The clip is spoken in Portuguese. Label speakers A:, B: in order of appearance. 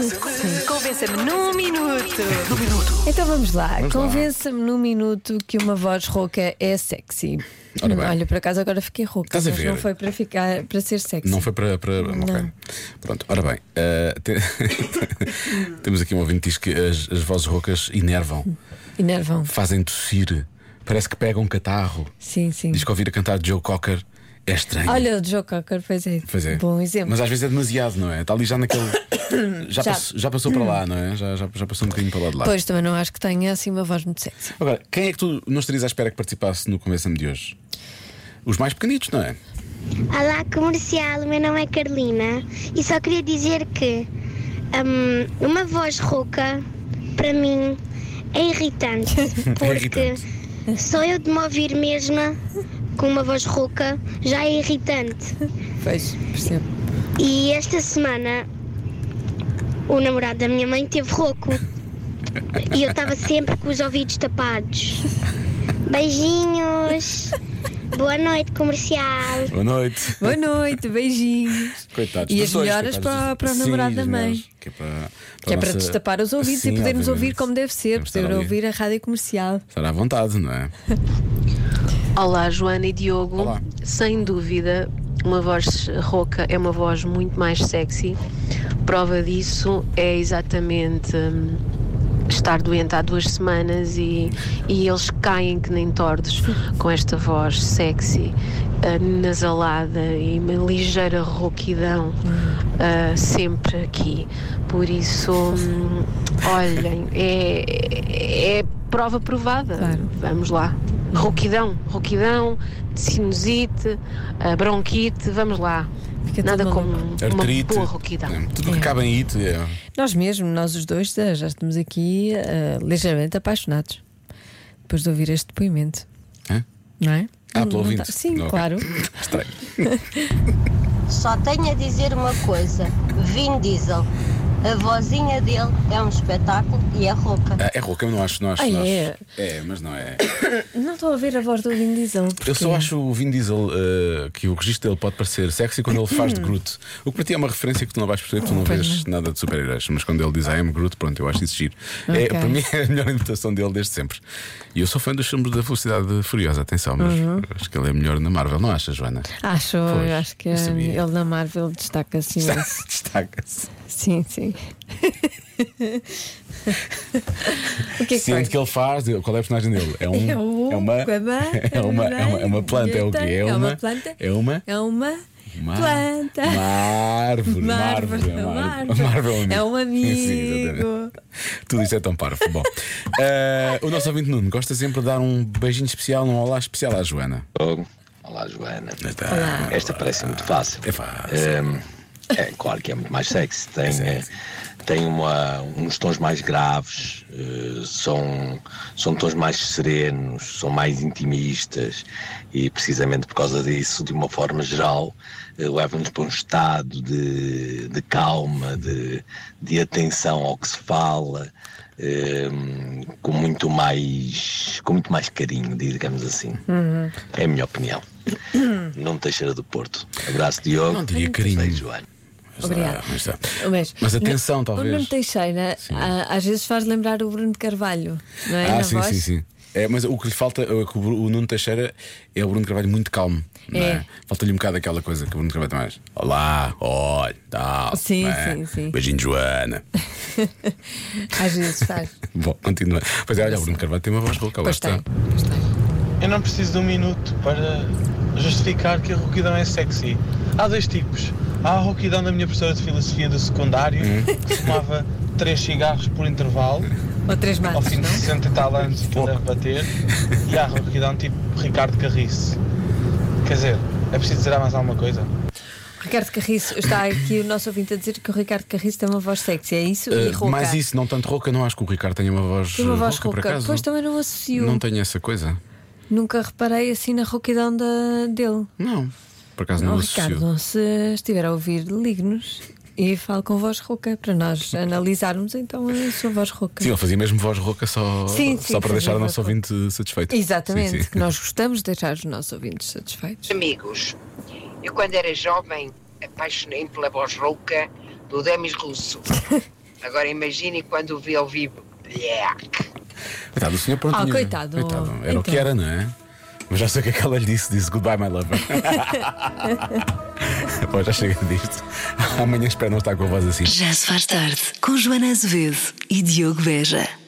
A: Convença-me. Convença-me num minuto.
B: Então vamos lá, convença-me num minuto que uma voz rouca é sexy.
C: Ora bem.
B: Olha, por acaso agora fiquei rouca,
C: Estás a
B: mas
C: ver?
B: não foi para ficar para ser sexy.
C: Não foi para. para- ok. Pronto, ora bem. eh, te- Temos aqui um ouvinte que diz que as, as vozes roucas inervam,
B: Enervam.
C: fazem tossir, parece que pegam um catarro.
B: Sim, sim.
C: Diz que ouvir a cantar Joe Cocker é estranho.
B: Olha, o Joe Cocker, pois é.
C: Pois é.
B: Bom exemplo.
C: Mas às vezes é demasiado, não é? Está ali já naquele. Já,
B: Já.
C: Passou, já passou para lá, não é? Já, já, já passou um bocadinho para lá de lá.
B: Pois também não acho que tenha assim uma voz muito sexy.
C: Agora, quem é que tu não estarias à espera que participasse no Convença-me de hoje? Os mais pequenitos, não é?
D: Olá, comercial, o meu nome é Carolina e só queria dizer que hum, uma voz rouca, para mim, é irritante. Porque
C: irritante.
D: só eu de me ouvir mesma com uma voz rouca já é irritante.
B: Pois, percebo.
D: E esta semana o namorado da minha mãe teve rouco e eu estava sempre com os ouvidos tapados. Beijinhos, boa noite, comercial.
C: Boa noite.
B: Boa noite, beijinhos.
C: Coitados.
B: E
C: dos
B: as
C: dois,
B: melhoras
C: coitados
B: para,
C: dos-
B: para o
C: Sim,
B: namorado da
C: as
B: mãe.
C: melhoras, Que é para,
B: Que é para destapar os ouvidos e podermos ouvir como deve ser, poder
C: poder
B: ouvir a rádio comercial.
C: Estar à vontade, não é?
A: Olá, Joana e Diogo.
C: Olá.
A: Sem dúvida, uma voz rouca é uma voz muito mais sexy. Prova disso é exatamente hum, estar doente há duas semanas e, e eles caem que nem tordos com esta voz sexy, ah, nasalada e uma ligeira rouquidão ah, sempre aqui. Por isso, hum, olhem, é, é prova provada.
B: Claro.
A: Vamos lá. Rouquidão, rouquidão, sinusite, ah, bronquite, vamos lá.
B: Fica tudo
A: Nada como
B: maluco.
A: uma
C: Artrite.
A: boa rouquidão.
C: é, Tudo que
B: É.
C: cabe em it. É.
B: Nós mesmo, nós os dois, eh, já estamos aqui eh, ligeiramente apaixonados depois de ouvir este depoimento.
C: Hã?
B: Não é?
C: Ah,
B: Não-
C: pelo
B: não
C: ouvinte.
B: tá- Sim,
C: Ok.
B: claro.
C: Estranho.
E: Só tenho a dizer uma coisa: Vin Diesel. A vozinha dele é um espetáculo e é rouca.
C: Ah, é rouca, eu não acho. Não acho,
B: Ah,
C: não
B: é?
C: acho. é, mas não é.
B: Não estou a ouvir a voz do Vin Diesel. porque-
C: Eu só acho o Vin Diesel eh, que o registro dele pode parecer sexy quando ele faz de Groot. O que para ti é uma referência que tu não vais perceber, tu não
B: Hum. Ah, Pois
C: vês nada de super-heróis. Mas quando ele diz I am Groot, pronto, eu acho isso giro. É,
B: Ok.
C: para mim é a melhor interpretação dele desde sempre. E eu sou fã dos filmes da Velocidade Furiosa, atenção, mas
B: Uhum.
C: acho que ele é melhor na Marvel, não achas, Joana?
B: Acho, eu
C: Pois,
B: acho que
C: eu sabia.
B: eh, ele na Marvel destaca assim. esse-
C: Destaca-se.
B: Sim, sim. o que é que foi?
C: Sendo que ele faz, qual é a personagem dele? É um.
B: É um
C: uma.
B: guamã,
C: É uma, é uma, é uma planta, é o quê? É
B: É uma
C: uma.
B: planta.
C: É uma.
B: É uma,
C: Uma-
B: planta.
C: Uma árvore, uma árvore,
B: é
C: uma
B: uma
C: árvore.
B: árvore. É um
C: Sim, sim,
B: amigo.
C: exatamente. Tudo isso é tão parvo. Bom, eh, o nosso ouvinte Nuno gosta sempre de dar um beijinho especial, um olá especial à Joana.
F: Diogo. Olá, Joana.
C: Está.
F: Esta parece muito fácil.
C: É fácil.
F: Ehm, é, claro que é muito mais sexy. Tem, eh, tem uma, uns tons mais graves, eh, são, são tons mais serenos, são mais intimistas e, precisamente por causa disso, de uma forma geral, eh, leva-nos para um estado de, de calma, de, de atenção ao que se fala. ehm, com muito mais com muito mais carinho, digamos assim. É a minha opinião. Nuno Teixeira do Porto. Abraço, Diogo.
C: Não diria carinho.
F: Beijo, Joana.
C: Mas
B: Obrigada.
C: dá, mas dá.
B: Um beijo.
C: Mas atenção,
B: Não, O Bruno
C: talvez.
B: Teixeira ah, às vezes faz lembrar o Bruno de Carvalho, não é?
C: Ah,
B: Na
C: sim,
B: voz.
C: sim, sim. É, mas o que lhe falta, é que o Bru- o Nuno Teixeira é o Bruno Carvalho muito calmo. não
B: É.
C: é? Falta-lhe um bocado aquela coisa que o Bruno Carvalho tem mais. Olá, olha, tal.
B: Sim,
C: não é?
B: sim, sim.
C: Beijinho, Joana.
B: Às vezes faz.
C: Bom, continua. Pois é, olha, o Bruno Carvalho tem uma voz rouca, lá
B: Pois
C: está.
B: tem. pois tem.
G: Eu não preciso de um minuto para justificar que a rouquidão é sexy. Há dois tipos. Há a rouquidão da minha professora de filosofia do secundário, que fumava três cigarros por intervalo,
B: Ou três
G: ao
B: matos,
G: fim de
B: não?
G: 60 e tal anos e ainda bater. E há a rouquidão tipo Ricardo Carriço. Quer dizer, é preciso dizer mais alguma coisa?
B: Ricardo Carriço, está aqui o nosso ouvinte a dizer que o Ricardo Carriço tem uma voz sexy, é isso? e
C: Uh,
B: rouca.
C: mais isso, não tanto rouca, não acho que o Ricardo tenha uma voz,
B: Tem uma
C: uh,
B: voz
C: por
B: rouca.
C: acaso.
B: Pois também um- não associo.
C: Não tenho essa coisa.
B: Nunca reparei assim na rouquidão da, dele.
C: Não. Por acaso não
B: Oh,
C: associo.
B: Ricardo, se estiver a ouvir, ligue-nos e fale com voz rouca para nós analisarmos então a sua voz rouca.
C: Sim, ele fazia mesmo voz rouca só,
B: Sim,
C: só
B: sim,
C: para deixar
B: fazia
C: o nosso
B: voz
C: ouvinte satisfeito.
B: Exatamente,
C: Sim, sim.
B: que nós gostamos de deixar os nossos ouvintes satisfeitos.
H: Amigos, eu quando era jovem apaixonei-me pela voz rouca do Demis Russo. Agora imagine quando o vi ao vivo. Blech.
C: Coitado, o senhor pronto.
I: Ah,
C: tinha-
I: coitado.
C: Era o que
I: Então.
C: era, não é? Mas já sei o que é que ela lhe disse. Disse goodbye, my lover. Bom, já chega disto. Amanhã espero não estar com a voz assim.
B: Já se faz tarde com Joana Azevedo e Diogo Veja.